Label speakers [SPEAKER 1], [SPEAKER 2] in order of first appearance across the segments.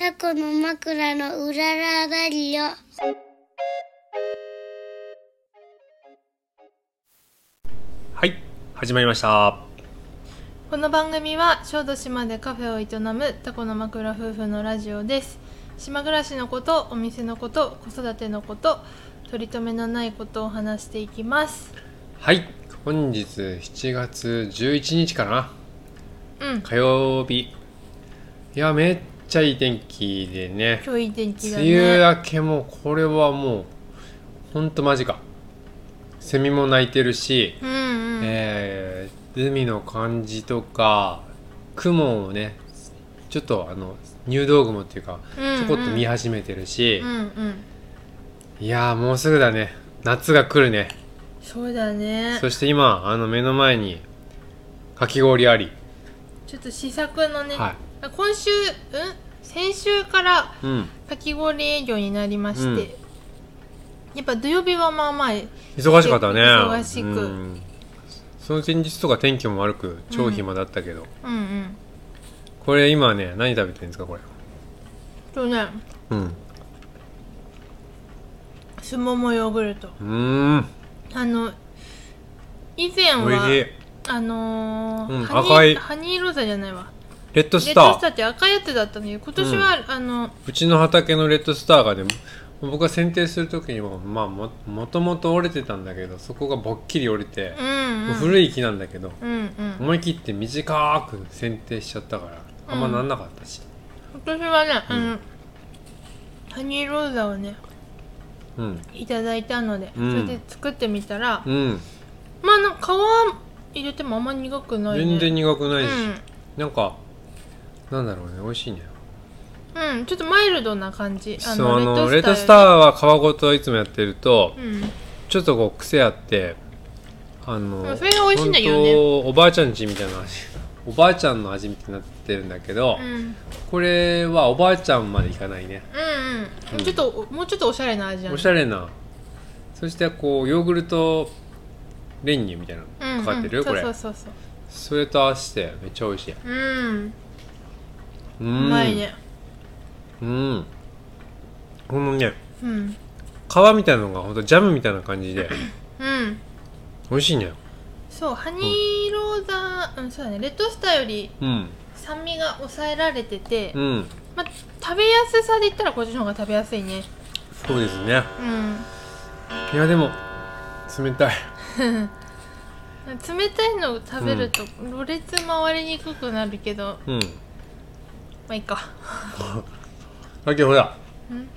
[SPEAKER 1] タコの枕のうららだりよ。
[SPEAKER 2] はい始まりました
[SPEAKER 3] この番組は小豆島でカフェを営むタコの枕夫婦のラジオです島暮らしのことお店のこと子育てのこと取り留めのないことを話していきます
[SPEAKER 2] はい本日7月11日かな
[SPEAKER 3] うん
[SPEAKER 2] 火曜日いやめっちゃいい天気でね
[SPEAKER 3] 今日いい天気だ
[SPEAKER 2] 梅
[SPEAKER 3] ね
[SPEAKER 2] 雨明けもこれはもうほんと間近セミも鳴いてるし、
[SPEAKER 3] うんうん、
[SPEAKER 2] えー海の感じとか雲をねちょっとあの入道雲っていうかちょこっと見始めてるし、
[SPEAKER 3] うんうん
[SPEAKER 2] いやーもうすぐだね夏が来るね
[SPEAKER 3] そうだね
[SPEAKER 2] そして今あの目の前にかき氷あり、
[SPEAKER 3] ちょっと試作のね、
[SPEAKER 2] は
[SPEAKER 3] 今週うん先週から
[SPEAKER 2] い、うん、
[SPEAKER 3] かき氷営業になりまして、
[SPEAKER 2] うん
[SPEAKER 3] やっぱ土曜日はまあまあ
[SPEAKER 2] 忙しかったね
[SPEAKER 3] 忙しく
[SPEAKER 2] うんその前日とか天気も悪く超暇だったけど、
[SPEAKER 3] うんうん
[SPEAKER 2] これ今ね何食べてるんですかこれ
[SPEAKER 3] とね
[SPEAKER 2] うん
[SPEAKER 3] すももヨーグルト
[SPEAKER 2] うーん
[SPEAKER 3] あの以前
[SPEAKER 2] おいしい
[SPEAKER 3] はあのー
[SPEAKER 2] うん
[SPEAKER 3] ハニー
[SPEAKER 2] 赤い
[SPEAKER 3] ハニーローザじゃないわ
[SPEAKER 2] レッド
[SPEAKER 3] レ
[SPEAKER 2] ス
[SPEAKER 3] ッ
[SPEAKER 2] タ
[SPEAKER 3] ドスター
[SPEAKER 2] ー
[SPEAKER 3] って赤いやつだったんだけど今年は、あの
[SPEAKER 2] うちの畑のレッドスターがね僕が剪定する時にも、まあ、ももともと折れてたんだけどそこがぼっきり折れて
[SPEAKER 3] う、ん
[SPEAKER 2] もう
[SPEAKER 3] うん
[SPEAKER 2] 古い木なんだけど
[SPEAKER 3] うんうん
[SPEAKER 2] 思い切って短く剪定しちゃったからあんまなんなかったし、
[SPEAKER 3] 今年はね、あのハニーローザをね
[SPEAKER 2] うん、
[SPEAKER 3] いただいたので、
[SPEAKER 2] うん
[SPEAKER 3] それで作ってみたら、
[SPEAKER 2] うん、
[SPEAKER 3] まあなんか皮入れてもあんま苦くないね
[SPEAKER 2] 全然苦くないし、
[SPEAKER 3] う
[SPEAKER 2] なんかなんだろうね美味しいね
[SPEAKER 3] ん、うん、ちょっとマイルドな感じ
[SPEAKER 2] そうあのレッドスター
[SPEAKER 3] よ
[SPEAKER 2] は皮ごといつもやってると、
[SPEAKER 3] りうん
[SPEAKER 2] ちょっとこう癖あってあ
[SPEAKER 3] う
[SPEAKER 2] の
[SPEAKER 3] んそれが美味しいんだけどね
[SPEAKER 2] 本当おばあちゃんちみたいな味おばあちゃんの味みたいになってるんだけど、
[SPEAKER 3] うん
[SPEAKER 2] これはおばあちゃんまでいかないね
[SPEAKER 3] う
[SPEAKER 2] う
[SPEAKER 3] んうんん、ちょっとおもうちょっとおしゃれな味だね
[SPEAKER 2] おしゃれなそしてこうヨーグルト練乳みたいなのかかってる、
[SPEAKER 3] うんうん、
[SPEAKER 2] これ
[SPEAKER 3] そうそうそう
[SPEAKER 2] それと合わせてめっちゃ美味しい
[SPEAKER 3] そううん
[SPEAKER 2] う
[SPEAKER 3] うんまいね
[SPEAKER 2] うんこのね
[SPEAKER 3] うん
[SPEAKER 2] 皮みたいなのがほんとジャムみたいな感じ で
[SPEAKER 3] うん
[SPEAKER 2] 美味しいね
[SPEAKER 3] そうハニーローザうんそうだねレッドスターより
[SPEAKER 2] うん
[SPEAKER 3] 酸味が抑えられてて、
[SPEAKER 2] うん
[SPEAKER 3] まあ、食べやすさで言ったらこっちの方が食べやすいね
[SPEAKER 2] そうですね
[SPEAKER 3] うん
[SPEAKER 2] いやでも冷たい
[SPEAKER 3] 冷たいのを食べるとろれつ回りにくくなるけど、ま
[SPEAKER 2] うん
[SPEAKER 3] あいいか
[SPEAKER 2] だけどほら
[SPEAKER 3] うん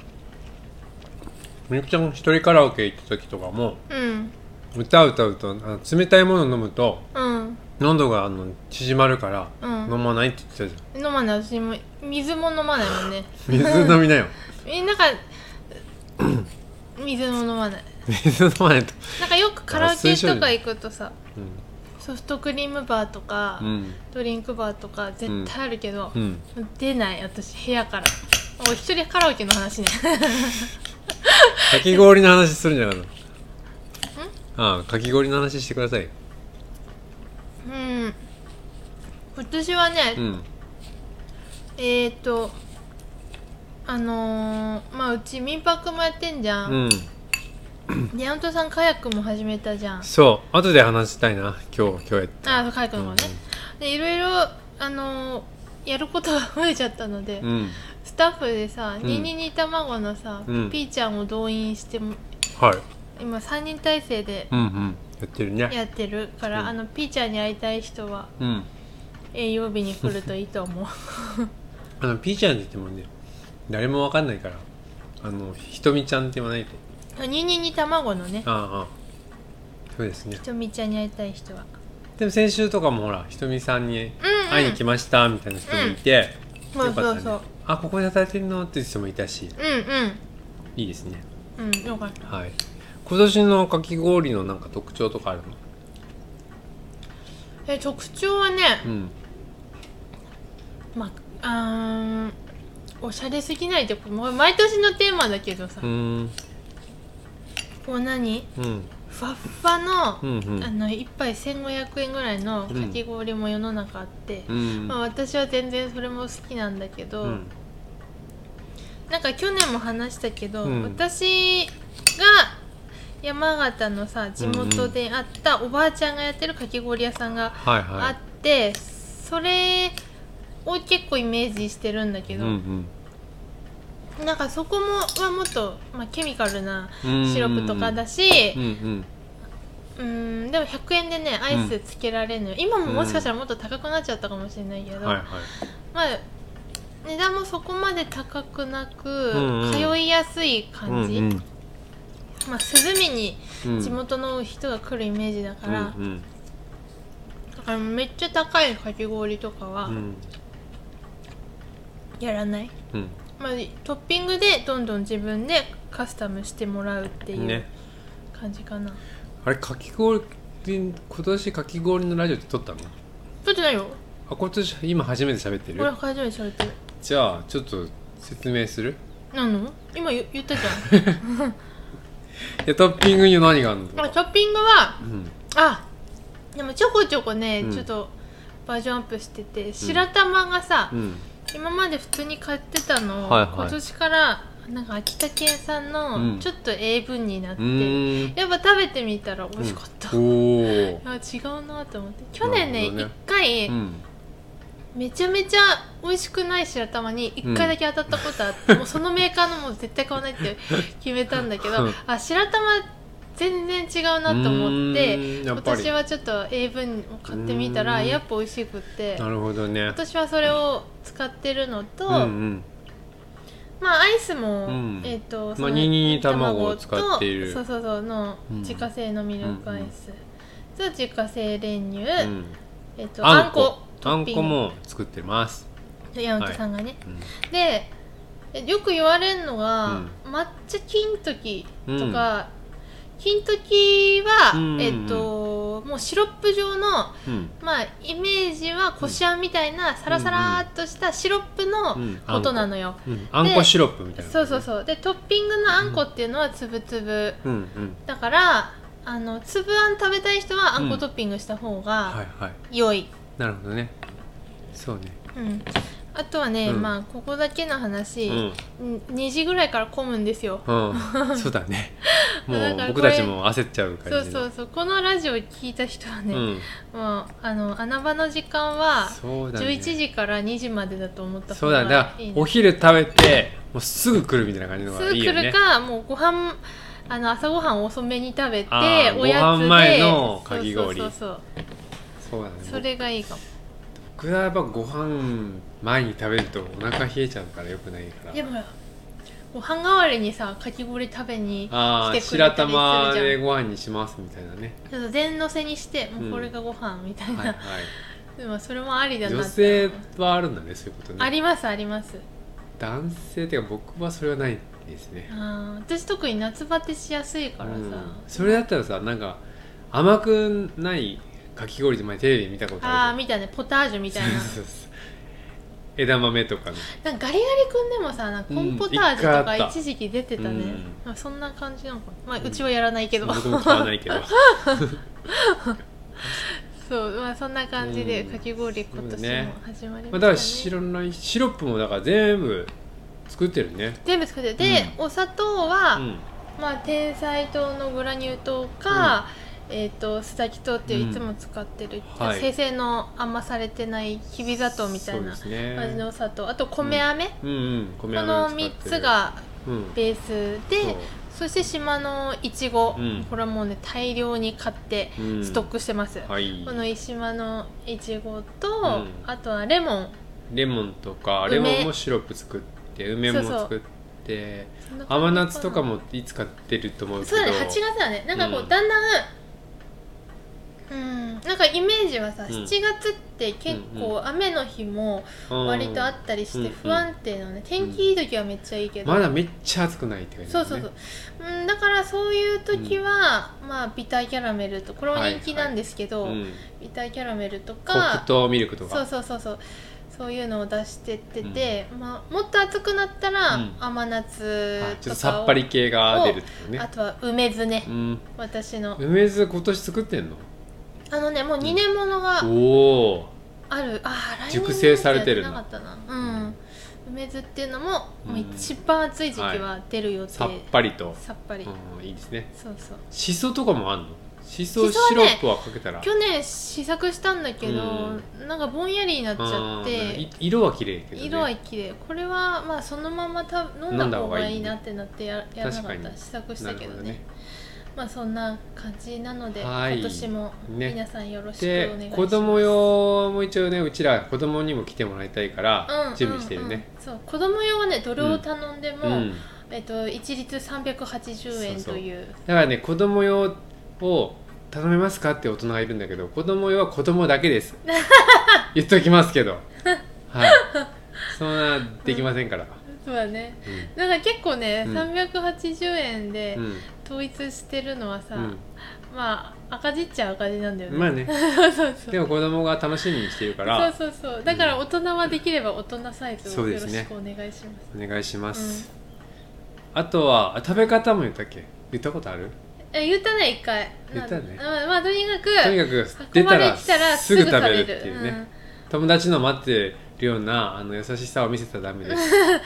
[SPEAKER 2] みゆきちゃん一人カラオケ行った時とかも
[SPEAKER 3] うん
[SPEAKER 2] 歌歌うとあの冷たいもの飲むと
[SPEAKER 3] うん
[SPEAKER 2] 喉があの縮まるから
[SPEAKER 3] うん
[SPEAKER 2] 飲まないって言ってたじゃん
[SPEAKER 3] 飲まない私も水も飲まないもんね
[SPEAKER 2] 水飲みなよ
[SPEAKER 3] えなんか水も飲まない
[SPEAKER 2] 水飲まないと
[SPEAKER 3] なんかよくカラオケとか行くとさソフトクリームバーとか、
[SPEAKER 2] うん
[SPEAKER 3] ドリンクバーとか絶対あるけど
[SPEAKER 2] う、ん
[SPEAKER 3] 出ない私部屋からお一人カラオケの話ね
[SPEAKER 2] かき氷の話するんじゃないのああかき氷の話してください
[SPEAKER 3] うん今年はね、
[SPEAKER 2] うん
[SPEAKER 3] えっ、ー、とあのー、まあうち民泊もやってんじゃ、
[SPEAKER 2] うんん
[SPEAKER 3] で山本さんカヤックも始めたじゃん
[SPEAKER 2] そう後で話したいな今日今日やった
[SPEAKER 3] あカヤックの方ね、でいろいろあのー、やることが増えちゃったので、
[SPEAKER 2] うん
[SPEAKER 3] スタッフでさ、
[SPEAKER 2] ん
[SPEAKER 3] ニニニ卵のさ、
[SPEAKER 2] うん
[SPEAKER 3] ピーちゃんを動員しても
[SPEAKER 2] はい
[SPEAKER 3] 今3人体制で
[SPEAKER 2] うんうんやってるね
[SPEAKER 3] やってるから、
[SPEAKER 2] うん
[SPEAKER 3] あのピーちゃんに会いたい人は
[SPEAKER 2] うん
[SPEAKER 3] 営業日に来るといいと思う
[SPEAKER 2] あのピーちゃんって言ってもね誰もわかんないからあのひとみちゃんって言わないと
[SPEAKER 3] ニニニ卵のね
[SPEAKER 2] ああああそうですね
[SPEAKER 3] ひとみちゃんに会いたい人は
[SPEAKER 2] でも先週とかもほらひとみさんに
[SPEAKER 3] うんうん
[SPEAKER 2] 会いに来ましたみたいな人もいて、
[SPEAKER 3] そ
[SPEAKER 2] よ
[SPEAKER 3] う
[SPEAKER 2] か
[SPEAKER 3] そ
[SPEAKER 2] っ
[SPEAKER 3] う
[SPEAKER 2] た
[SPEAKER 3] そう
[SPEAKER 2] ねあここで働いてるのっていう人もいたし
[SPEAKER 3] う
[SPEAKER 2] いいですね
[SPEAKER 3] んうんうんよかった
[SPEAKER 2] はい今年のかき氷のなんか特徴とかあるの
[SPEAKER 3] え特徴はね、
[SPEAKER 2] うん
[SPEAKER 3] まああーおしゃれすぎないってこれもう毎年のテーマだけどさ、
[SPEAKER 2] うーん
[SPEAKER 3] こう何
[SPEAKER 2] うん
[SPEAKER 3] ふわっふわの、
[SPEAKER 2] うんうん
[SPEAKER 3] あの1杯1500円ぐらいのかき氷も世の中あって、
[SPEAKER 2] うん
[SPEAKER 3] まあ、私は全然それも好きなんだけど、
[SPEAKER 2] うん
[SPEAKER 3] なんか去年も話したけど、
[SPEAKER 2] うん
[SPEAKER 3] 私が山形のさ地元であったおばあちゃんがやってるかき氷屋さんが
[SPEAKER 2] はいは
[SPEAKER 3] あ
[SPEAKER 2] い
[SPEAKER 3] って、それを結構イメージしてるんだけ
[SPEAKER 2] うん
[SPEAKER 3] ど、なんかそこもはもっと、まあ、ケミカルな
[SPEAKER 2] うん
[SPEAKER 3] シロップとかだし
[SPEAKER 2] う、んうん
[SPEAKER 3] うん、でも100円でねアイスつけられるのよ、今ももしかしたらもっと高くなっちゃったかもしれないけど、
[SPEAKER 2] はいはい
[SPEAKER 3] まあ値段もそこまで高くなく、
[SPEAKER 2] うんうん
[SPEAKER 3] 通いやすい感じ、
[SPEAKER 2] うん
[SPEAKER 3] まあ涼みに
[SPEAKER 2] うん
[SPEAKER 3] 地元の人が来るイメージだから、
[SPEAKER 2] うんうん
[SPEAKER 3] だからめっちゃ高いかき氷とかは
[SPEAKER 2] うん
[SPEAKER 3] やらない、
[SPEAKER 2] うん
[SPEAKER 3] まあ、トッピングでどんどん自分でカスタムしてもらうっていう
[SPEAKER 2] ね
[SPEAKER 3] 感じかな、
[SPEAKER 2] あれかき氷って今年かき氷のラジオって撮ったの
[SPEAKER 3] 撮ってないよ
[SPEAKER 2] あ今年今初めて喋ってる
[SPEAKER 3] 俺は初めてされてる
[SPEAKER 2] じゃあちょっと説明する
[SPEAKER 3] なの今言言った じ
[SPEAKER 2] いやトッピングに何があるの
[SPEAKER 3] ゃんあトッピングは
[SPEAKER 2] うん
[SPEAKER 3] あでもちょこちょこね、
[SPEAKER 2] うん
[SPEAKER 3] ちょっとバージョンアップしてて白玉がさ、
[SPEAKER 2] うん
[SPEAKER 3] 今まで普通に買ってたのを、
[SPEAKER 2] はいはい
[SPEAKER 3] 今年からなんか秋田県産
[SPEAKER 2] う
[SPEAKER 3] の
[SPEAKER 2] ん
[SPEAKER 3] ちょっと英文になっ
[SPEAKER 2] う
[SPEAKER 3] て、
[SPEAKER 2] ーん
[SPEAKER 3] やっぱ食べてみたら美味しかった、
[SPEAKER 2] おお
[SPEAKER 3] あ違うなと思って去年ね
[SPEAKER 2] なるほど
[SPEAKER 3] 一、
[SPEAKER 2] ね
[SPEAKER 3] 回、
[SPEAKER 2] うん
[SPEAKER 3] めちゃめちゃ美味しくない白玉に一回だけ当たったことあって、もうそのメーカーのもう絶対買わないって決めたんだけどあ白玉全然違うなと思って
[SPEAKER 2] うーんや
[SPEAKER 3] 今
[SPEAKER 2] っぱり
[SPEAKER 3] 年はちょっと英文を買ってみた
[SPEAKER 2] う
[SPEAKER 3] ら
[SPEAKER 2] ーん
[SPEAKER 3] やっぱ美味しくって
[SPEAKER 2] な
[SPEAKER 3] 今
[SPEAKER 2] るほどね
[SPEAKER 3] 年はそれを使ってるのと、
[SPEAKER 2] うん
[SPEAKER 3] まあアイスも、
[SPEAKER 2] うん
[SPEAKER 3] えっ、と
[SPEAKER 2] まあ
[SPEAKER 3] の
[SPEAKER 2] 22卵を使っている
[SPEAKER 3] とそうそうそうの
[SPEAKER 2] うん
[SPEAKER 3] 自家製のミルクアイス、と自家製練乳、
[SPEAKER 2] うんうん
[SPEAKER 3] えっ、とあ
[SPEAKER 2] あん
[SPEAKER 3] んこ
[SPEAKER 2] こ
[SPEAKER 3] ト
[SPEAKER 2] あ
[SPEAKER 3] ッ
[SPEAKER 2] ん
[SPEAKER 3] ピン
[SPEAKER 2] こ
[SPEAKER 3] グ
[SPEAKER 2] も作ってます
[SPEAKER 3] 山本さんがね、
[SPEAKER 2] うん
[SPEAKER 3] でえよく言われるのが、抹茶金時とか、金時は、
[SPEAKER 2] うんうんうん
[SPEAKER 3] えっ、ともうシロップ状の
[SPEAKER 2] うん
[SPEAKER 3] まあイメージはこしあんみたいなサラサラーっとしたシロップの
[SPEAKER 2] うん
[SPEAKER 3] ことなのよ、
[SPEAKER 2] うんあんこシロップみたいな
[SPEAKER 3] そうそうそうでトッピングのあんこっていうのはつぶつぶ
[SPEAKER 2] うんうん
[SPEAKER 3] だからあの粒あん食べたい人はあん
[SPEAKER 2] う
[SPEAKER 3] こ
[SPEAKER 2] ん
[SPEAKER 3] トッピングした方
[SPEAKER 2] は
[SPEAKER 3] が
[SPEAKER 2] いはい
[SPEAKER 3] 良い、
[SPEAKER 2] なるほどねそうね
[SPEAKER 3] うん、あとはね、
[SPEAKER 2] うん
[SPEAKER 3] まあここだけの話、
[SPEAKER 2] うん
[SPEAKER 3] ん2時ぐらいから混むんですよ
[SPEAKER 2] うんそうだ ねも
[SPEAKER 3] だ
[SPEAKER 2] う
[SPEAKER 3] からこれ
[SPEAKER 2] 僕たちも焦っちゃう
[SPEAKER 3] そ
[SPEAKER 2] 感
[SPEAKER 3] う
[SPEAKER 2] じ
[SPEAKER 3] そうそうこのラジオ聞いた人はね、
[SPEAKER 2] うん
[SPEAKER 3] もうあの穴場の時間は
[SPEAKER 2] そうだね
[SPEAKER 3] 11時から2時までだと思った
[SPEAKER 2] そ
[SPEAKER 3] 方
[SPEAKER 2] うだねだか
[SPEAKER 3] が
[SPEAKER 2] ら
[SPEAKER 3] いいね
[SPEAKER 2] お昼食べてもうすぐ来るみたいな感じの
[SPEAKER 3] す
[SPEAKER 2] が
[SPEAKER 3] ぐ
[SPEAKER 2] いいよ
[SPEAKER 3] 来
[SPEAKER 2] ね
[SPEAKER 3] るかもうご飯あの朝ごはん遅めに食べて
[SPEAKER 2] あー
[SPEAKER 3] おやつ
[SPEAKER 2] ご
[SPEAKER 3] で
[SPEAKER 2] 飯前のかき氷
[SPEAKER 3] そうそうそう
[SPEAKER 2] そうだね
[SPEAKER 3] そうそれがいいかも
[SPEAKER 2] 僕はやっぱご飯前に食べるとお腹冷えちゃうからよくないから
[SPEAKER 3] でもご飯代わりにさかき氷食べに
[SPEAKER 2] ああ
[SPEAKER 3] 来てくれ
[SPEAKER 2] 白
[SPEAKER 3] たりするじ
[SPEAKER 2] 玉
[SPEAKER 3] ゃ
[SPEAKER 2] で
[SPEAKER 3] ん
[SPEAKER 2] ご飯にしますみたいな ね
[SPEAKER 3] ちょっと全乗せにしてもううんこれがご飯みたいな、
[SPEAKER 2] はいは
[SPEAKER 3] でもそれもありだ
[SPEAKER 2] い
[SPEAKER 3] な
[SPEAKER 2] 女
[SPEAKER 3] って
[SPEAKER 2] 性はあるんだねそういうことね
[SPEAKER 3] ありますあります
[SPEAKER 2] 男性っていうか僕はそれはないですね
[SPEAKER 3] あー私特に夏バテしやすいからさ、
[SPEAKER 2] うんそれだったらさなんか甘くないかき氷って前テレビで見たこと
[SPEAKER 3] ああ
[SPEAKER 2] ある
[SPEAKER 3] みたいなポタージュみ
[SPEAKER 2] じ
[SPEAKER 3] た
[SPEAKER 2] ゃ
[SPEAKER 3] い
[SPEAKER 2] ん
[SPEAKER 3] な
[SPEAKER 2] そうそうそう枝豆とかの
[SPEAKER 3] なんかガリガリ君でもさなんかコンポタージ
[SPEAKER 2] うん
[SPEAKER 3] ュ
[SPEAKER 2] 一
[SPEAKER 3] と
[SPEAKER 2] 回
[SPEAKER 3] か
[SPEAKER 2] あった
[SPEAKER 3] 一時期出てたね、
[SPEAKER 2] うん
[SPEAKER 3] まあ、そんな感じなのかな、まあ、うちはやらないけど、
[SPEAKER 2] 僕も買わないけど
[SPEAKER 3] そうまあそんな感じで
[SPEAKER 2] うん
[SPEAKER 3] かき氷今年
[SPEAKER 2] そうだね
[SPEAKER 3] も始まりましたね,、
[SPEAKER 2] まあだから知らないシロップもだから全部作ってるね
[SPEAKER 3] 全部作ってで、お砂糖は、
[SPEAKER 2] うん
[SPEAKER 3] まあ天才糖のグラニュー糖か、えっ、とスタキ糖っていういつも使ってる、
[SPEAKER 2] うんはい
[SPEAKER 3] 生成のあんまされてないきび砂糖みたいな
[SPEAKER 2] そうですね
[SPEAKER 3] 味のお砂糖あと米飴、
[SPEAKER 2] うんうん米
[SPEAKER 3] こ
[SPEAKER 2] 飴
[SPEAKER 3] の
[SPEAKER 2] を使って
[SPEAKER 3] 3
[SPEAKER 2] る
[SPEAKER 3] つが
[SPEAKER 2] うん
[SPEAKER 3] ベース
[SPEAKER 2] そ
[SPEAKER 3] で
[SPEAKER 2] う
[SPEAKER 3] そして島のいちご
[SPEAKER 2] うん
[SPEAKER 3] これはもうね大量に買って
[SPEAKER 2] うん
[SPEAKER 3] ストックしてます、
[SPEAKER 2] はい
[SPEAKER 3] この島のいちごと、
[SPEAKER 2] ん
[SPEAKER 3] あとはレモン
[SPEAKER 2] レモンとかレ
[SPEAKER 3] 梅
[SPEAKER 2] モンもシロップ作って梅も作って
[SPEAKER 3] そんな感じ
[SPEAKER 2] 甘夏とかもいつか出ると思うけど
[SPEAKER 3] そうだね8月だねなんかこう、
[SPEAKER 2] うん
[SPEAKER 3] だんだんうんなんかイメージはさ、
[SPEAKER 2] ん
[SPEAKER 3] 7月って結構雨の日も
[SPEAKER 2] うん
[SPEAKER 3] 割とあったりして
[SPEAKER 2] うん
[SPEAKER 3] 不安定なのね、天気いい時はめっちゃいいけど、
[SPEAKER 2] まだめっちゃ暑くないって感じだ
[SPEAKER 3] そ
[SPEAKER 2] ね
[SPEAKER 3] うそうそう、うん、だからそういう時は、まあビターキャラメルとこれも人気なんですけど、
[SPEAKER 2] うん
[SPEAKER 3] ビターキャラメルと
[SPEAKER 2] 黒
[SPEAKER 3] か
[SPEAKER 2] 糖ミルクと
[SPEAKER 3] そう
[SPEAKER 2] か
[SPEAKER 3] そうそうそうそういうのを出してってて、まあ、もっと暑くなったら、
[SPEAKER 2] うん
[SPEAKER 3] 甘夏とか
[SPEAKER 2] あち
[SPEAKER 3] を
[SPEAKER 2] ょっとさっぱり系が出るってこと
[SPEAKER 3] あ
[SPEAKER 2] ね
[SPEAKER 3] とは梅酢ね、
[SPEAKER 2] うん
[SPEAKER 3] 私の
[SPEAKER 2] 梅酢今年作ってんの
[SPEAKER 3] あのねもう2年ものが
[SPEAKER 2] おお
[SPEAKER 3] ある、あー来年
[SPEAKER 2] 熟成されてる
[SPEAKER 3] の
[SPEAKER 2] の
[SPEAKER 3] やつやってなかったなうん、梅酢っていうのも,、
[SPEAKER 2] うん
[SPEAKER 3] もう一番暑い時期は出る予定、
[SPEAKER 2] さっぱりと、
[SPEAKER 3] さっぱり、
[SPEAKER 2] うん、いいですね
[SPEAKER 3] そうそう
[SPEAKER 2] しそとかもあんのしそ
[SPEAKER 3] し
[SPEAKER 2] シ
[SPEAKER 3] そ
[SPEAKER 2] ロ
[SPEAKER 3] はね
[SPEAKER 2] ップはかけたら、
[SPEAKER 3] 去年試作したんだけど、なんかぼんやりになっちゃっ
[SPEAKER 2] うん
[SPEAKER 3] て
[SPEAKER 2] い色は綺麗けど、ね、
[SPEAKER 3] 色は綺麗これはまあそのままた飲
[SPEAKER 2] 飲
[SPEAKER 3] ん
[SPEAKER 2] んだ
[SPEAKER 3] だ方
[SPEAKER 2] 方がいい
[SPEAKER 3] がいいなってなってややらなかっ
[SPEAKER 2] 確か
[SPEAKER 3] た
[SPEAKER 2] に
[SPEAKER 3] 試作したけ
[SPEAKER 2] な
[SPEAKER 3] ど
[SPEAKER 2] るほ
[SPEAKER 3] ねまあそんな感じなので、
[SPEAKER 2] はい
[SPEAKER 3] 今年も
[SPEAKER 2] ね
[SPEAKER 3] 皆さんよろしくお願いし
[SPEAKER 2] で
[SPEAKER 3] ます、
[SPEAKER 2] 子供用も一応ねうちら子供にも来てもらいたいから準備してるね、、
[SPEAKER 3] うんうんうん、そう子供用はねどれを頼んでも、
[SPEAKER 2] うん
[SPEAKER 3] えっと、一律380円という
[SPEAKER 2] だからね子供用を頼めますかって大人がいるんだけど子供用は子供だけ です言っときますけどはいそんなできませんから、
[SPEAKER 3] そうだね
[SPEAKER 2] う
[SPEAKER 3] なんか結構ね、
[SPEAKER 2] うん
[SPEAKER 3] 380円で
[SPEAKER 2] ん
[SPEAKER 3] 統一してるのはさ、
[SPEAKER 2] うん
[SPEAKER 3] まあ赤字っちゃ赤字なんだよ
[SPEAKER 2] う
[SPEAKER 3] ね、
[SPEAKER 2] ん、まあね
[SPEAKER 3] そうそうそう
[SPEAKER 2] でも子供が楽しみにしてるから
[SPEAKER 3] そうそうそうだから大人はできれば大人サイズ
[SPEAKER 2] そ
[SPEAKER 3] を
[SPEAKER 2] う
[SPEAKER 3] よ
[SPEAKER 2] で
[SPEAKER 3] ろ
[SPEAKER 2] す
[SPEAKER 3] し
[SPEAKER 2] ね
[SPEAKER 3] くお願いします
[SPEAKER 2] お願いします、あとはあ食べ方も言ったっけ言ったことある
[SPEAKER 3] え言ったね一回
[SPEAKER 2] 言ったね
[SPEAKER 3] なまあ、まあ、とにかく
[SPEAKER 2] とにかく
[SPEAKER 3] 運
[SPEAKER 2] 出
[SPEAKER 3] ば
[SPEAKER 2] た
[SPEAKER 3] れ
[SPEAKER 2] ら
[SPEAKER 3] てきたら
[SPEAKER 2] す
[SPEAKER 3] すぐ
[SPEAKER 2] ぐ
[SPEAKER 3] 食
[SPEAKER 2] 食
[SPEAKER 3] べ
[SPEAKER 2] べ
[SPEAKER 3] る
[SPEAKER 2] るっていうね、友達の待ってるようなあの優しさを見せたらダメです、
[SPEAKER 3] うん、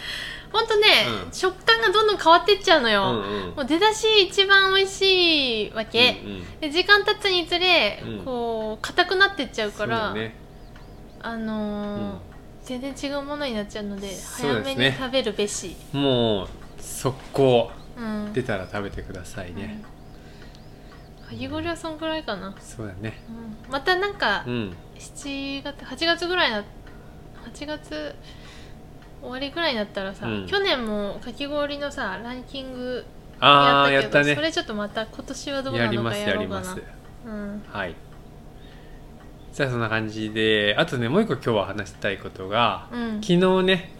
[SPEAKER 3] ほんとね、
[SPEAKER 2] うん
[SPEAKER 3] 食感がどんどん変わってっちゃうの
[SPEAKER 2] う
[SPEAKER 3] よ、
[SPEAKER 2] んうん
[SPEAKER 3] もう出だし一番美味しいわけ、
[SPEAKER 2] うんうん
[SPEAKER 3] で時間経つにつれ、
[SPEAKER 2] うん
[SPEAKER 3] こう硬くなってっちゃう
[SPEAKER 2] そ
[SPEAKER 3] か
[SPEAKER 2] うだ
[SPEAKER 3] ら
[SPEAKER 2] ね、
[SPEAKER 3] あのー
[SPEAKER 2] うん
[SPEAKER 3] 全然違うものになっちゃうので
[SPEAKER 2] そう
[SPEAKER 3] 早
[SPEAKER 2] で
[SPEAKER 3] め
[SPEAKER 2] すね
[SPEAKER 3] に食べるべし、
[SPEAKER 2] もう速攻
[SPEAKER 3] うん、
[SPEAKER 2] 出たら食べてくださいね、
[SPEAKER 3] うんかき氷はそんくらいかな、
[SPEAKER 2] そうだね
[SPEAKER 3] うん、またなんか
[SPEAKER 2] うん
[SPEAKER 3] 7月8月ぐらいな8月終わりぐらいになったらさ、
[SPEAKER 2] うん
[SPEAKER 3] 去年もかき氷のさランキング
[SPEAKER 2] ああ
[SPEAKER 3] や
[SPEAKER 2] やっ
[SPEAKER 3] っ
[SPEAKER 2] た
[SPEAKER 3] けど
[SPEAKER 2] たね
[SPEAKER 3] それちょっとまた今年はどう
[SPEAKER 2] や
[SPEAKER 3] な
[SPEAKER 2] り
[SPEAKER 3] の
[SPEAKER 2] ま
[SPEAKER 3] か
[SPEAKER 2] す
[SPEAKER 3] や
[SPEAKER 2] や
[SPEAKER 3] ろ
[SPEAKER 2] り
[SPEAKER 3] うか
[SPEAKER 2] ま
[SPEAKER 3] な
[SPEAKER 2] す
[SPEAKER 3] うん
[SPEAKER 2] はいじゃあそんな感じであとねもう一個今日は話したいことが、
[SPEAKER 3] うん
[SPEAKER 2] 昨日ね、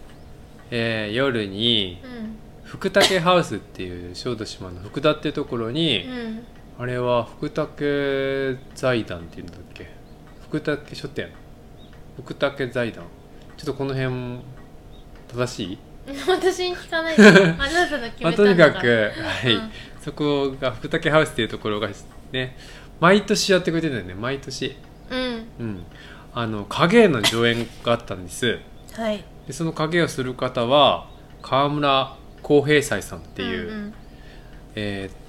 [SPEAKER 2] えー夜に
[SPEAKER 3] うん
[SPEAKER 2] 福武ハウスっていう小豆島の福田っていうところに、
[SPEAKER 3] うん
[SPEAKER 2] あれは福武財団っていうんだっけ福武書店福武財団ちょっとこの辺正しい、
[SPEAKER 3] 私に聞かないであなたの決
[SPEAKER 2] まあ、
[SPEAKER 3] め
[SPEAKER 2] と
[SPEAKER 3] た
[SPEAKER 2] に
[SPEAKER 3] んだ
[SPEAKER 2] か
[SPEAKER 3] か
[SPEAKER 2] く、
[SPEAKER 3] ら
[SPEAKER 2] はい
[SPEAKER 3] うん
[SPEAKER 2] そこが福武ハウスっていうところがね毎年やってくれてるんだよね毎年
[SPEAKER 3] うん
[SPEAKER 2] うんあの影絵の上演があったんです
[SPEAKER 3] はいっ
[SPEAKER 2] でその影絵をする方は川村康平斎さんっていう、
[SPEAKER 3] うん
[SPEAKER 2] えーっと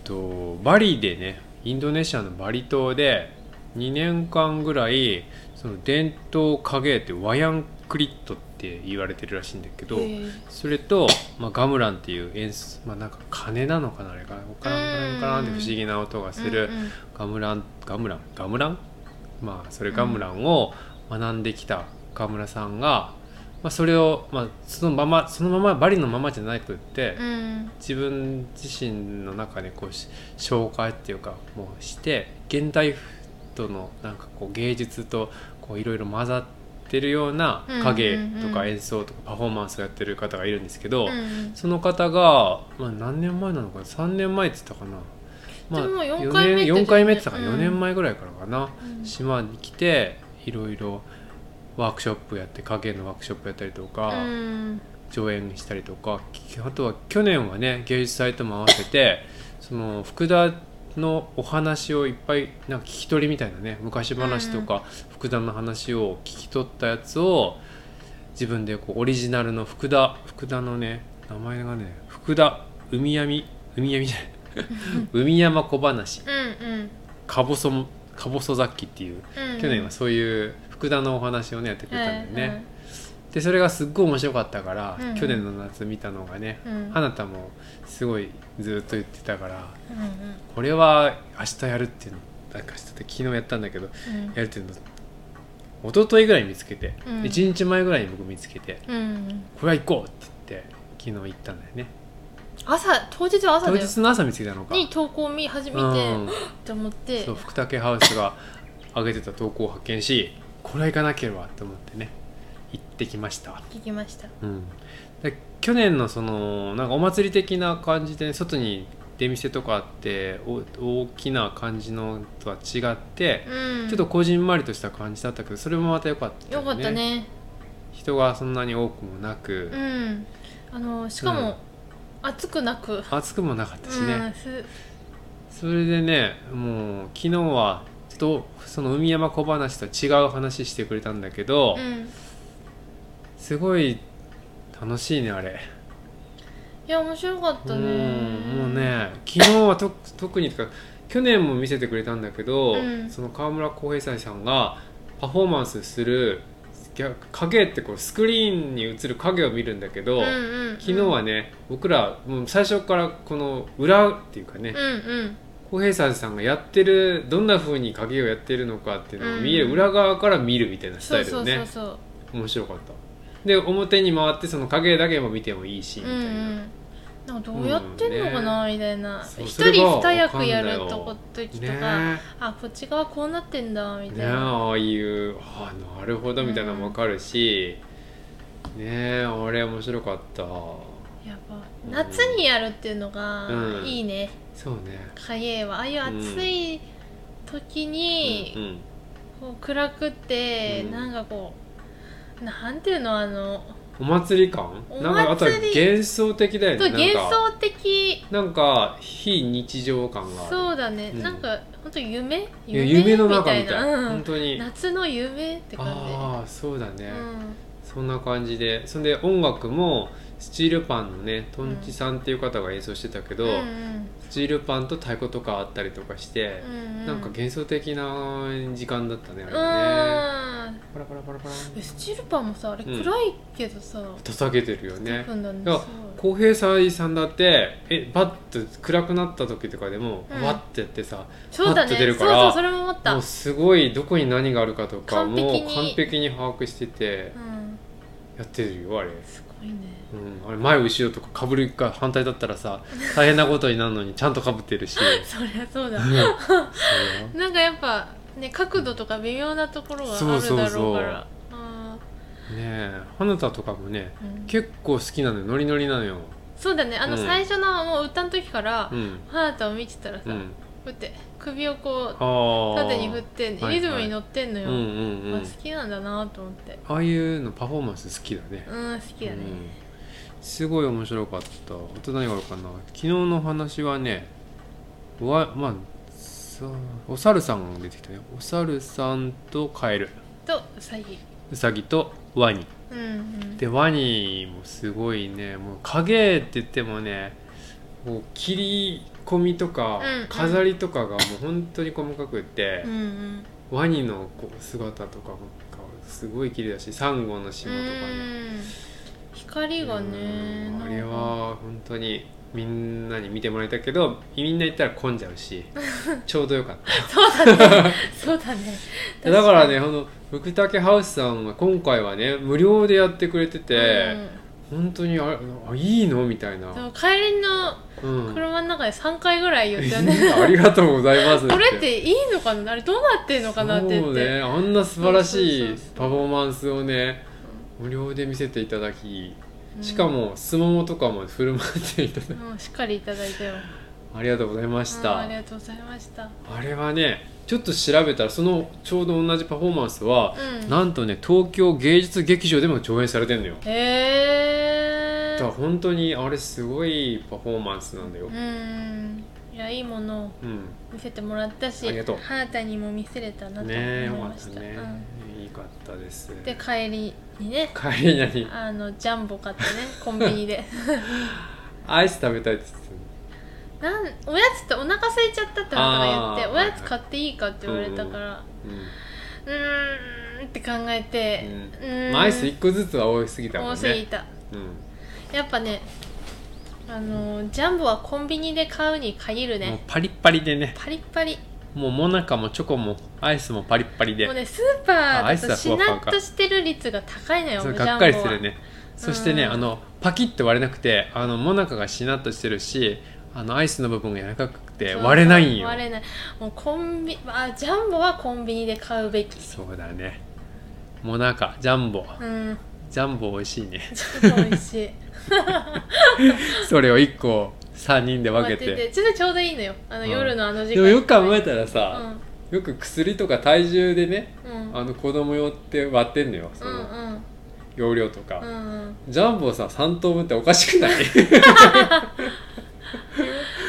[SPEAKER 2] バリでねインドネシアのバリ島で2年間ぐらいその伝統影絵ってワヤンクリットって言われてるらしいんだけ
[SPEAKER 3] う
[SPEAKER 2] ど
[SPEAKER 3] んへえ
[SPEAKER 2] それと、まあ、ガムランっていう演出、まあ、なんか鐘なのかなあれかなカランカランカランって不思議な音がする
[SPEAKER 3] うんうん
[SPEAKER 2] ガムランガムランガムランまあそれガムランを学んできた川村さんが、まあ、それを、まあ、そのままそのままバリのままじゃなくって、
[SPEAKER 3] うん
[SPEAKER 2] 自分自身の中でこうし紹介っていうかもうして現代とのなんかこう芸術とこういろいろ混ざってるような
[SPEAKER 3] うんうんうん
[SPEAKER 2] 影とか演奏とかパフォーマンスをやってる方がいるんですけど、
[SPEAKER 3] うん
[SPEAKER 2] その方が、まあ、何年前なのか3年前って言ったかな、まあ、
[SPEAKER 3] でも
[SPEAKER 2] 四
[SPEAKER 3] 四回目
[SPEAKER 2] 年
[SPEAKER 3] って言ってたよね
[SPEAKER 2] 四回目って言ったから
[SPEAKER 3] うん
[SPEAKER 2] 4年前ぐらいからかな、
[SPEAKER 3] うん
[SPEAKER 2] 島に来ていろいろワークショップやって影のワークショップやったりとか。
[SPEAKER 3] うん
[SPEAKER 2] 上演したりとかきあとは去年はね芸術祭とも合わせてその福田のお話をいっぱいなんか聞き取りみたいなね昔話とか福田の話を聞き取ったやつを自分でこうオリジナルの福田福田のね名前がね福田海闇海闇じゃ ない海山小話
[SPEAKER 3] うん
[SPEAKER 2] かぼそかぼそ雑記っていう
[SPEAKER 3] うん
[SPEAKER 2] 去年はそういう福田のお話をねやってくれたんだよね。
[SPEAKER 3] はい
[SPEAKER 2] でそれがすっごい面白かったから、
[SPEAKER 3] うん
[SPEAKER 2] 去年の夏見たのがね、
[SPEAKER 3] うん
[SPEAKER 2] あなたもすごいずっと言ってたから
[SPEAKER 3] うんうん
[SPEAKER 2] これは明日やるっていうのなんか明日って昨日やったんだけどやるっていうの一昨日ぐらいに見つけて、
[SPEAKER 3] うん
[SPEAKER 2] 一1日前ぐらいに僕見つけて
[SPEAKER 3] うんうん
[SPEAKER 2] これは行こうって言って昨日行ったんだよね
[SPEAKER 3] 朝当日は朝
[SPEAKER 2] 当
[SPEAKER 3] だよ
[SPEAKER 2] 日の朝見つけたのか
[SPEAKER 3] に投稿を見始めて、
[SPEAKER 2] うん
[SPEAKER 3] って思って
[SPEAKER 2] そう福武ハウスが上げてた投稿を発見しこれは行かなければと思ってね行ってきました
[SPEAKER 3] 聞きました
[SPEAKER 2] うん、で去年のそのなんかお祭り的な感じで外に出店とかあってお大きな感じのとは違って、
[SPEAKER 3] うん
[SPEAKER 2] ちょっとこじんまりとした感じだったけどそれもまた良かった
[SPEAKER 3] よかったね
[SPEAKER 2] 人がそんなに多くもなく、
[SPEAKER 3] うんあのしかも、暑くなく
[SPEAKER 2] 暑くもなかったし
[SPEAKER 3] うん
[SPEAKER 2] ね、
[SPEAKER 3] す
[SPEAKER 2] それでねもう昨日はとその海山小話とは違う話してくれたんだけど、
[SPEAKER 3] うん
[SPEAKER 2] すごい楽しいねあれ
[SPEAKER 3] いや面白かったね
[SPEAKER 2] うんもうね昨日はと 特にとか去年も見せてくれたんだけど、
[SPEAKER 3] うん
[SPEAKER 2] その川村浩平さんがパフォーマンスする逆影ってこうスクリーンに映る影を見るんだけど、
[SPEAKER 3] うんうんうん
[SPEAKER 2] 昨日はね僕らもう最初からこの裏っていうかね
[SPEAKER 3] うんうん
[SPEAKER 2] 浩平さんさんがやってるどんな風に影をやってるのかっていうのを見える、
[SPEAKER 3] うん
[SPEAKER 2] 裏側から見るみたいなスタ
[SPEAKER 3] そ
[SPEAKER 2] イ
[SPEAKER 3] う
[SPEAKER 2] ル
[SPEAKER 3] そ
[SPEAKER 2] で
[SPEAKER 3] う
[SPEAKER 2] ね
[SPEAKER 3] そうそう
[SPEAKER 2] 面白かったで表に回ってその影だけも見てもいいしみ
[SPEAKER 3] う
[SPEAKER 2] たい
[SPEAKER 3] んう
[SPEAKER 2] な、
[SPEAKER 3] んなんかどうやってんのかな、みたいな
[SPEAKER 2] そう
[SPEAKER 3] 一
[SPEAKER 2] それが
[SPEAKER 3] 人
[SPEAKER 2] わかん
[SPEAKER 3] 二
[SPEAKER 2] ないよ
[SPEAKER 3] 役やるとこと時とか、
[SPEAKER 2] ね
[SPEAKER 3] あこっち側こうなってんだみ
[SPEAKER 2] え
[SPEAKER 3] たい
[SPEAKER 2] ねえ
[SPEAKER 3] な、
[SPEAKER 2] ああいうああなるほどみたいなのも分かるし、ねえあれ面白かった
[SPEAKER 3] やっぱ
[SPEAKER 2] うん
[SPEAKER 3] 夏にやるっていうのが
[SPEAKER 2] うん
[SPEAKER 3] いいね、
[SPEAKER 2] そうね
[SPEAKER 3] かえはああいう暑い時に、
[SPEAKER 2] うんうん
[SPEAKER 3] こう暗くて、
[SPEAKER 2] うん
[SPEAKER 3] なんかこうなんていうのあの
[SPEAKER 2] お祭り感
[SPEAKER 3] お祭り
[SPEAKER 2] なんかあとは幻想的だよ
[SPEAKER 3] と
[SPEAKER 2] ね
[SPEAKER 3] 幻
[SPEAKER 2] なんか
[SPEAKER 3] 想的
[SPEAKER 2] なんか非日常感がある
[SPEAKER 3] そうだね、
[SPEAKER 2] うん
[SPEAKER 3] なんか本当夢
[SPEAKER 2] いや夢の中みたい
[SPEAKER 3] うん
[SPEAKER 2] 本当に
[SPEAKER 3] 夏の夢って感じ
[SPEAKER 2] ああそうだね、
[SPEAKER 3] うん
[SPEAKER 2] そんな感じでそんで音楽もスチールパンのねとんちさんっていう方が演奏してたけど、
[SPEAKER 3] うん
[SPEAKER 2] スチールパンと太鼓とかあったりとかして
[SPEAKER 3] う、ん、
[SPEAKER 2] なんか
[SPEAKER 3] うん
[SPEAKER 2] 幻想的な時間だったねあれね
[SPEAKER 3] うん
[SPEAKER 2] パラパラパラパラ
[SPEAKER 3] えスチールパンもさあれ
[SPEAKER 2] うん
[SPEAKER 3] 暗いけどさ、
[SPEAKER 2] 叩けてるよね
[SPEAKER 3] 叩くんだね
[SPEAKER 2] だ
[SPEAKER 3] す
[SPEAKER 2] から浩平斎さんだってえバッと暗くなった時とかでも、
[SPEAKER 3] うん
[SPEAKER 2] バッてやってさ
[SPEAKER 3] ごいそうだ
[SPEAKER 2] パッ
[SPEAKER 3] ね
[SPEAKER 2] と出るから
[SPEAKER 3] そうそうそれも思った
[SPEAKER 2] もうすごいどこに何があるかとか
[SPEAKER 3] 完璧に
[SPEAKER 2] もう完璧に把握してて
[SPEAKER 3] うん
[SPEAKER 2] やってるよあれ。
[SPEAKER 3] すごいね
[SPEAKER 2] うん、あれ前後ろとかかぶるか反対だったらさ大変なことになるのにちゃんとかぶ ってるし
[SPEAKER 3] そりゃそう
[SPEAKER 2] う
[SPEAKER 3] だ
[SPEAKER 2] んそうよ
[SPEAKER 3] なんかやっぱね角度とか微妙なところがあるだろうからあ
[SPEAKER 2] ねえ花田とかもね
[SPEAKER 3] ーうん
[SPEAKER 2] 結構好きなのよノリノリなのよ
[SPEAKER 3] そうだねあの
[SPEAKER 2] うん
[SPEAKER 3] 最初のもう歌の時から、
[SPEAKER 2] うん
[SPEAKER 3] 花田を見てたらさ、
[SPEAKER 2] う
[SPEAKER 3] こ
[SPEAKER 2] ん
[SPEAKER 3] うやって首をこう
[SPEAKER 2] ああ
[SPEAKER 3] 縦に振って
[SPEAKER 2] はいはい
[SPEAKER 3] リズムに乗ってんの
[SPEAKER 2] う
[SPEAKER 3] よ、
[SPEAKER 2] んうんう
[SPEAKER 3] あ
[SPEAKER 2] ん
[SPEAKER 3] 好きなんだなと思って
[SPEAKER 2] ああいうのパフォーマンス好きだね
[SPEAKER 3] うん好きだね、
[SPEAKER 2] うんすごい面白かったあと何があるかな昨日の話はねわまあさお猿さんが出てきたねお猿さんとカエル
[SPEAKER 3] とウサギ
[SPEAKER 2] ウサギとワニ
[SPEAKER 3] うんうん
[SPEAKER 2] でワニもすごいねもう影って言ってもねこう切り込みとか
[SPEAKER 3] うんうん
[SPEAKER 2] 飾りとかがもう本当に細かくって
[SPEAKER 3] うん、うん
[SPEAKER 2] ワニのこう姿とかもすごい綺麗だしサンゴの島とかね
[SPEAKER 3] うん光がね
[SPEAKER 2] うん
[SPEAKER 3] なんか
[SPEAKER 2] あれは本当にみんなに見てもらいたいけどみんな行ったら混んじゃう しちょうどよかっ
[SPEAKER 3] そうだね
[SPEAKER 2] ただからねこの福武ハウスさんは今回はね無料でやってくれてて、本当にあれあいいのみたいな
[SPEAKER 3] うん、でも帰りの
[SPEAKER 2] うん
[SPEAKER 3] 車の中で3回ぐらい言ったよね、
[SPEAKER 2] ありがとうございます
[SPEAKER 3] これっていいのかなあれどうなってんのかなって言
[SPEAKER 2] そう
[SPEAKER 3] っ
[SPEAKER 2] ね
[SPEAKER 3] て
[SPEAKER 2] あんな素晴らし
[SPEAKER 3] そう
[SPEAKER 2] い
[SPEAKER 3] そうそう
[SPEAKER 2] パフォーマンスをね無料で見せていただきしかもすももとかも振る舞っていただき
[SPEAKER 3] うん、うんしっかりいただいたよ
[SPEAKER 2] ありがとうございまし
[SPEAKER 3] うん
[SPEAKER 2] た
[SPEAKER 3] ありがとうございました
[SPEAKER 2] あれはねちょっと調べたらそのちょうど同じパフォーマンスは
[SPEAKER 3] うん
[SPEAKER 2] なんとね東京芸術劇場でも上演されてんのよ
[SPEAKER 3] へえ
[SPEAKER 2] だから本当にあれすごいパフォーマンスなんだよ
[SPEAKER 3] うんいやいいものを
[SPEAKER 2] うん
[SPEAKER 3] 見せてもらったし
[SPEAKER 2] ありがとう
[SPEAKER 3] 花田にも見せれたなと思
[SPEAKER 2] ねえ
[SPEAKER 3] い
[SPEAKER 2] よか
[SPEAKER 3] ま
[SPEAKER 2] っ
[SPEAKER 3] したた
[SPEAKER 2] ね
[SPEAKER 3] うん
[SPEAKER 2] いかったです
[SPEAKER 3] で帰りにね
[SPEAKER 2] 帰りなに
[SPEAKER 3] あのジャンボ買 ってねコンビニで
[SPEAKER 2] アイス食べたいって言ってたの
[SPEAKER 3] なんおやつってお腹空いちゃったってあなたが言っ
[SPEAKER 2] あー
[SPEAKER 3] ておやつ買っていいかって言われたからうーんって考えて
[SPEAKER 2] う
[SPEAKER 3] うんーん
[SPEAKER 2] まあアイス1個ずつは多すぎたもんね
[SPEAKER 3] 多すぎた
[SPEAKER 2] うん
[SPEAKER 3] やっぱねあのージャンボはコンビニで買うに限る
[SPEAKER 2] もう
[SPEAKER 3] ね
[SPEAKER 2] パリッパリでね
[SPEAKER 3] パリッパリ
[SPEAKER 2] もうモナカもチョコもアイスもパリッパリで
[SPEAKER 3] もうねスーパー
[SPEAKER 2] あアイ
[SPEAKER 3] だ
[SPEAKER 2] ス
[SPEAKER 3] と
[SPEAKER 2] はふ
[SPEAKER 3] し
[SPEAKER 2] わふわ
[SPEAKER 3] な
[SPEAKER 2] か
[SPEAKER 3] っとしてる率が高いのよ
[SPEAKER 2] そ
[SPEAKER 3] ジ
[SPEAKER 2] れ
[SPEAKER 3] ャンボ
[SPEAKER 2] が
[SPEAKER 3] は
[SPEAKER 2] っかりするね
[SPEAKER 3] ん
[SPEAKER 2] そしてね
[SPEAKER 3] うん
[SPEAKER 2] あのパキッと割れなくてあのモナカがしなっとしてるしあのアイスの部分が柔らかくて
[SPEAKER 3] そう
[SPEAKER 2] 割れないんよ
[SPEAKER 3] 割れないもうコンビあジャンボはコンビニで買うべき
[SPEAKER 2] そうだねモナカジャンボ
[SPEAKER 3] うん
[SPEAKER 2] ジャンボ美味しいね
[SPEAKER 3] ちょっと美味しい
[SPEAKER 2] それを1個3人で分け
[SPEAKER 3] 待って
[SPEAKER 2] て
[SPEAKER 3] てちょっとちょうどいいのよあの、
[SPEAKER 2] うん
[SPEAKER 3] 夜のあの時間
[SPEAKER 2] でもよく考え
[SPEAKER 3] て
[SPEAKER 2] たら
[SPEAKER 3] う
[SPEAKER 2] さ
[SPEAKER 3] ん
[SPEAKER 2] よく薬とか体重でね
[SPEAKER 3] うん
[SPEAKER 2] あの子供用って割ってんのよそ
[SPEAKER 3] うんう
[SPEAKER 2] の
[SPEAKER 3] ん
[SPEAKER 2] 容量とか、
[SPEAKER 3] うんうん
[SPEAKER 2] ジャンボさ3等分っておかしくない
[SPEAKER 3] ま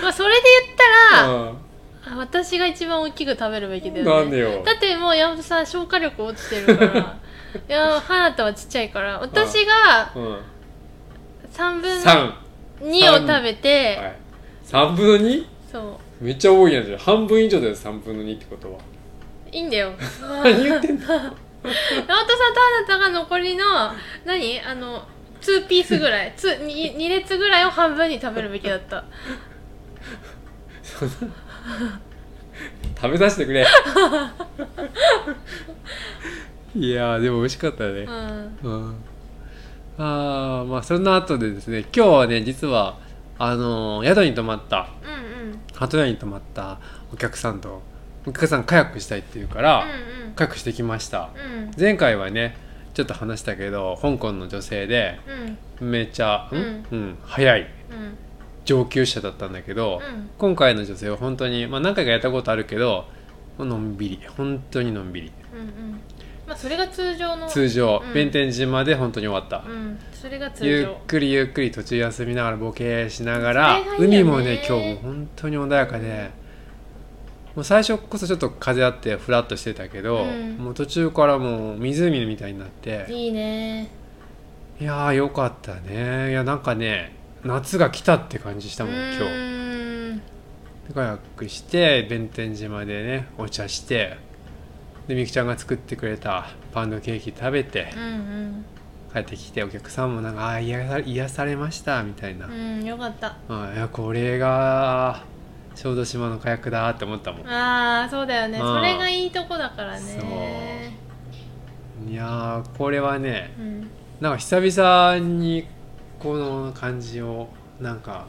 [SPEAKER 3] あそれで言ったら、
[SPEAKER 2] う
[SPEAKER 3] あ私が一番大きく食べるべきだよ
[SPEAKER 2] ん なん
[SPEAKER 3] ね
[SPEAKER 2] でよ
[SPEAKER 3] だってもう山本さん消 化力落ちてるからいや花田はちっちゃいから私が
[SPEAKER 2] うん
[SPEAKER 3] 3分
[SPEAKER 2] 3、
[SPEAKER 3] の
[SPEAKER 2] は
[SPEAKER 3] 2を食べ
[SPEAKER 2] い、
[SPEAKER 3] て、
[SPEAKER 2] 3分の 2?
[SPEAKER 3] そ
[SPEAKER 2] めっちゃ多いやんじゃん半分以上だよ3分の2ってことはい
[SPEAKER 3] いんだよ
[SPEAKER 2] 何言ってんの
[SPEAKER 3] 直人さんとあなたが残りの何あの2ピースぐらい 2, 2列ぐらいを半分に食べるべきだった
[SPEAKER 2] 食べさせて くれいやーでも美味しかったね
[SPEAKER 3] うん
[SPEAKER 2] うん、あーまあそんな後でですね今日はね実はあのー宿に泊まった
[SPEAKER 3] うんうん
[SPEAKER 2] 鳩屋に泊まったお客さんとお客さんカヤックしたいっていうから、カヤックしてきました
[SPEAKER 3] うんうん
[SPEAKER 2] 前回はねちょっと話したけど香港の女性で
[SPEAKER 3] うんうん
[SPEAKER 2] めちゃ、ん
[SPEAKER 3] うん
[SPEAKER 2] うん、早い
[SPEAKER 3] うん
[SPEAKER 2] 上級者だったんだけど、
[SPEAKER 3] うん
[SPEAKER 2] 今回の女性は本当に、まあ、何回かやったことあるけどのんびり本当にのんびり
[SPEAKER 3] うんうんまあそれが通常の
[SPEAKER 2] 通常、
[SPEAKER 3] うん
[SPEAKER 2] 弁天島で本当に終わった、
[SPEAKER 3] うんそれが通
[SPEAKER 2] ゆっ
[SPEAKER 3] 常
[SPEAKER 2] くりゆっくり途中休みながらボケしながら、
[SPEAKER 3] それがいい
[SPEAKER 2] 海
[SPEAKER 3] よね
[SPEAKER 2] もね今日も本当に穏やかで、もう最初こそちょっと風あってフラッとしてたけど、
[SPEAKER 3] うん
[SPEAKER 2] もう途中からもう湖みたいになって
[SPEAKER 3] いいね
[SPEAKER 2] いやーよかったねいやなんかね夏が来たって感じしたもん今日
[SPEAKER 3] 今日
[SPEAKER 2] でカヤックして弁天島でねお茶してでみゆきちゃんが作ってくれたパンのケーキ食べて
[SPEAKER 3] うん
[SPEAKER 2] 帰ってきてお客さんもなんかあー癒やさ癒されましたみたいな
[SPEAKER 3] うん、うん、よかった
[SPEAKER 2] あいやこれが小豆島の火薬だって思ったも
[SPEAKER 3] ああそうだよね
[SPEAKER 2] うん
[SPEAKER 3] それがいいとこだからね
[SPEAKER 2] んいやーこれはね
[SPEAKER 3] うん
[SPEAKER 2] なんか久々にこの感じをなんか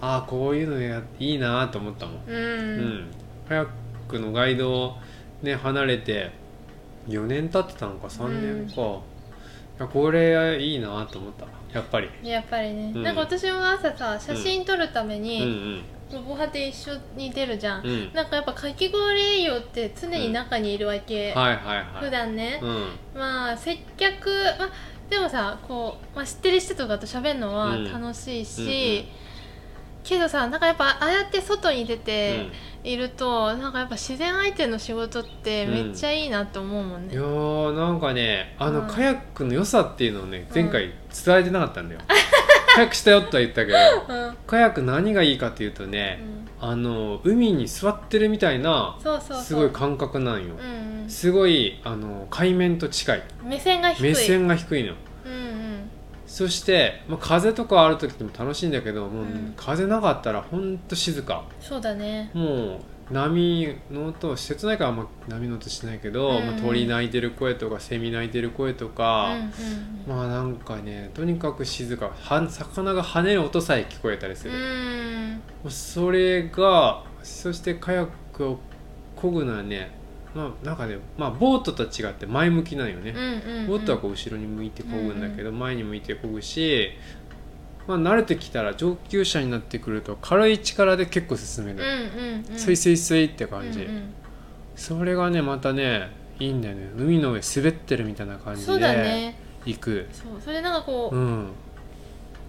[SPEAKER 2] ああこういうのやいいなと思ったもん、う
[SPEAKER 3] う
[SPEAKER 2] んん、カヤックのガイドをね離れて4年経ってたのか3年か、いやこれいいなと思ったやっぱり
[SPEAKER 3] やっぱりね、
[SPEAKER 2] うん
[SPEAKER 3] なんか私も朝さ写真撮るため
[SPEAKER 2] うんう
[SPEAKER 3] に、
[SPEAKER 2] ん
[SPEAKER 3] ロボハテ一緒に出るじゃん、
[SPEAKER 2] うん
[SPEAKER 3] なんかやっぱかき氷営業って常に中にいるわけ、
[SPEAKER 2] はいはいはい
[SPEAKER 3] 普段ね、
[SPEAKER 2] うん
[SPEAKER 3] まあ接客、まあ、でもさこう、まあ、知ってる人とかと喋るのは
[SPEAKER 2] うん
[SPEAKER 3] 楽しいし、
[SPEAKER 2] うんうん
[SPEAKER 3] けどさなんかやっぱああやって外に出
[SPEAKER 2] う
[SPEAKER 3] て
[SPEAKER 2] ん
[SPEAKER 3] いると、なんかやっぱ自然相手の仕事ってめっちゃいいなと思うもん
[SPEAKER 2] い
[SPEAKER 3] ね、
[SPEAKER 2] やーなんかねあの、
[SPEAKER 3] うん
[SPEAKER 2] カヤックの良さっていうのをね
[SPEAKER 3] うん
[SPEAKER 2] 前回伝えてなかったんだ よ、カヤックしたよとは言ったけど
[SPEAKER 3] うんうん
[SPEAKER 2] カヤック何がいいかっていうとね、あの海に座ってるみたいな
[SPEAKER 3] そうそうそう
[SPEAKER 2] すごい感覚なんよ
[SPEAKER 3] うん
[SPEAKER 2] すごいあの海面と近い
[SPEAKER 3] うん、目線が低い
[SPEAKER 2] 目線が低いの
[SPEAKER 3] うんうん
[SPEAKER 2] そして、まあ、風とかある時でも楽しいんだけどもう、
[SPEAKER 3] うん
[SPEAKER 2] 風なかったらほんと静か
[SPEAKER 3] そうだね
[SPEAKER 2] もう波の音施設内からあんま波の音しないけど、
[SPEAKER 3] うん
[SPEAKER 2] まあ、鳥鳴いてる声とかセミ鳴いてる声と
[SPEAKER 3] うん
[SPEAKER 2] か、
[SPEAKER 3] うん
[SPEAKER 2] まあなんかねとにかく静かは魚が跳ねる音さえ聞こえたりす
[SPEAKER 3] う
[SPEAKER 2] る、も
[SPEAKER 3] ん
[SPEAKER 2] うそれがそしてカヤックを漕ぐのはねまあなんかね、まあ、ボートと違って前向きなんよね、
[SPEAKER 3] うん
[SPEAKER 2] ボートは
[SPEAKER 3] こ
[SPEAKER 2] こう後ろに向いて漕ぐんだけど、前に向いて漕ぐし、まあ、慣れてきたら上級者になってくると軽い力で結構進め
[SPEAKER 3] う
[SPEAKER 2] る、
[SPEAKER 3] んうん
[SPEAKER 2] スイ
[SPEAKER 3] ス
[SPEAKER 2] スイスイって感じ、
[SPEAKER 3] うんうん
[SPEAKER 2] それがねまたねいいんだよね海の上滑ってるみたいな感じ
[SPEAKER 3] そうだ
[SPEAKER 2] で
[SPEAKER 3] ね
[SPEAKER 2] 行く
[SPEAKER 3] そうそれなんかこう、
[SPEAKER 2] うん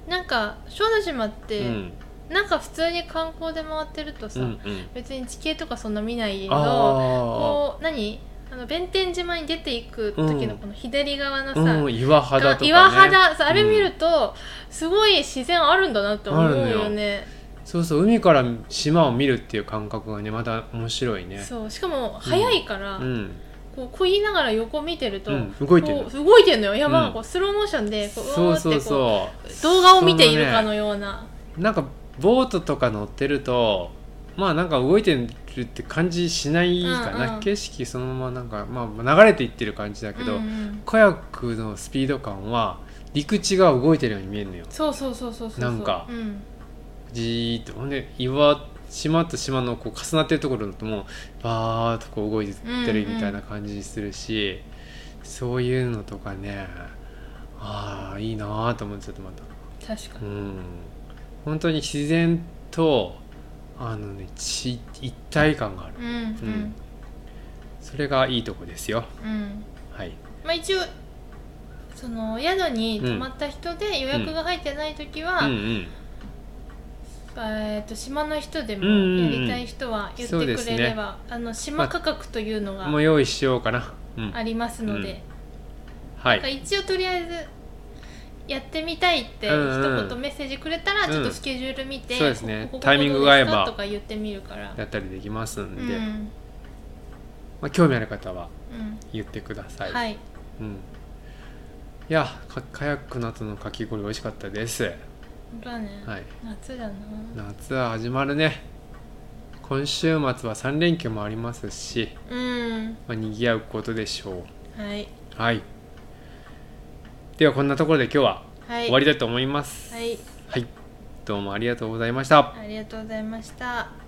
[SPEAKER 3] なんか小豆島っ
[SPEAKER 2] う
[SPEAKER 3] て、
[SPEAKER 2] ん
[SPEAKER 3] なんか普通に観光で回ってると
[SPEAKER 2] う
[SPEAKER 3] さ、
[SPEAKER 2] んうん
[SPEAKER 3] 別に地形とかそんな見ないけど
[SPEAKER 2] あ
[SPEAKER 3] こう何あの弁天島に出ていく時の
[SPEAKER 2] うん
[SPEAKER 3] この左側の
[SPEAKER 2] あ
[SPEAKER 3] さ、
[SPEAKER 2] うん、岩肌と
[SPEAKER 3] が
[SPEAKER 2] か、ね、
[SPEAKER 3] 岩肌そうあれ見
[SPEAKER 2] う
[SPEAKER 3] る
[SPEAKER 2] ん
[SPEAKER 3] と、すごい自然あるんだなって思う
[SPEAKER 2] ある
[SPEAKER 3] よ
[SPEAKER 2] の
[SPEAKER 3] ね
[SPEAKER 2] そうそう海から島を見るっていう感覚がねまた面白いね
[SPEAKER 3] そうしかも早いから、
[SPEAKER 2] うん
[SPEAKER 3] こう漕ぎながら横見てると、
[SPEAKER 2] うん動いてる
[SPEAKER 3] こう動いてるのよ山
[SPEAKER 2] う
[SPEAKER 3] が
[SPEAKER 2] ん
[SPEAKER 3] こうスローモーションでこう
[SPEAKER 2] そうそう
[SPEAKER 3] うわ
[SPEAKER 2] そ
[SPEAKER 3] ーってこう動画を見ているかのような、
[SPEAKER 2] うなんかボートとか乗ってるとまあなんか動いてるって感じしないかな、
[SPEAKER 3] うんうん
[SPEAKER 2] 景色そのままなんか、まあ、流れていってる感じだけど、
[SPEAKER 3] うんうん
[SPEAKER 2] カヤックのスピード感は陸地が動いてるように見えるのよ
[SPEAKER 3] そうそうそうそうそうそう
[SPEAKER 2] なんか
[SPEAKER 3] うん
[SPEAKER 2] じーっとほんで岩島と島のこう重なってるところだともうバーっとこう動いてってるみたいな感じするし、そういうのとかねああいいなあと思っちゃってまた
[SPEAKER 3] 確か
[SPEAKER 2] う
[SPEAKER 3] に、
[SPEAKER 2] ん本当に自然とあのねち一体感がある
[SPEAKER 3] うんうん
[SPEAKER 2] うんそれがいいとこですよ
[SPEAKER 3] うん
[SPEAKER 2] はい
[SPEAKER 3] まあ、一応その宿に泊まった人で予約が入ってない時は、
[SPEAKER 2] うんうん
[SPEAKER 3] えー、と島の人でも
[SPEAKER 2] うんうんうん
[SPEAKER 3] やりたい人は言ってくれれば
[SPEAKER 2] そう、ですね
[SPEAKER 3] あの島価格というのが
[SPEAKER 2] もう用意しようかなうん
[SPEAKER 3] ありますので、
[SPEAKER 2] は
[SPEAKER 3] なんか
[SPEAKER 2] い
[SPEAKER 3] 一応とりあえずやってみたいって
[SPEAKER 2] うんうん
[SPEAKER 3] 一言メッセージくれたら
[SPEAKER 2] うん
[SPEAKER 3] ちょっとスケジュール見て、
[SPEAKER 2] そうですね
[SPEAKER 3] ここここ
[SPEAKER 2] タイミングが合えば
[SPEAKER 3] どうですかとか言ってみるから
[SPEAKER 2] やったりできますん
[SPEAKER 3] う
[SPEAKER 2] で、ま
[SPEAKER 3] ん
[SPEAKER 2] あ、興味ある方は
[SPEAKER 3] うん
[SPEAKER 2] 言ってください、
[SPEAKER 3] はい
[SPEAKER 2] うん、いやかカヤックの後のかき氷美味しかったです、
[SPEAKER 3] 本当だね、
[SPEAKER 2] はい、
[SPEAKER 3] 夏だな
[SPEAKER 2] 夏は始まるね今週末は3連休もありますし、
[SPEAKER 3] うん
[SPEAKER 2] まあ、にぎわうことでしょ
[SPEAKER 3] はい、
[SPEAKER 2] うはいではこんなところで今日は
[SPEAKER 3] はい、
[SPEAKER 2] 終わりだと思います
[SPEAKER 3] はい
[SPEAKER 2] はい、どうもありがとうございました
[SPEAKER 3] ありがとうございました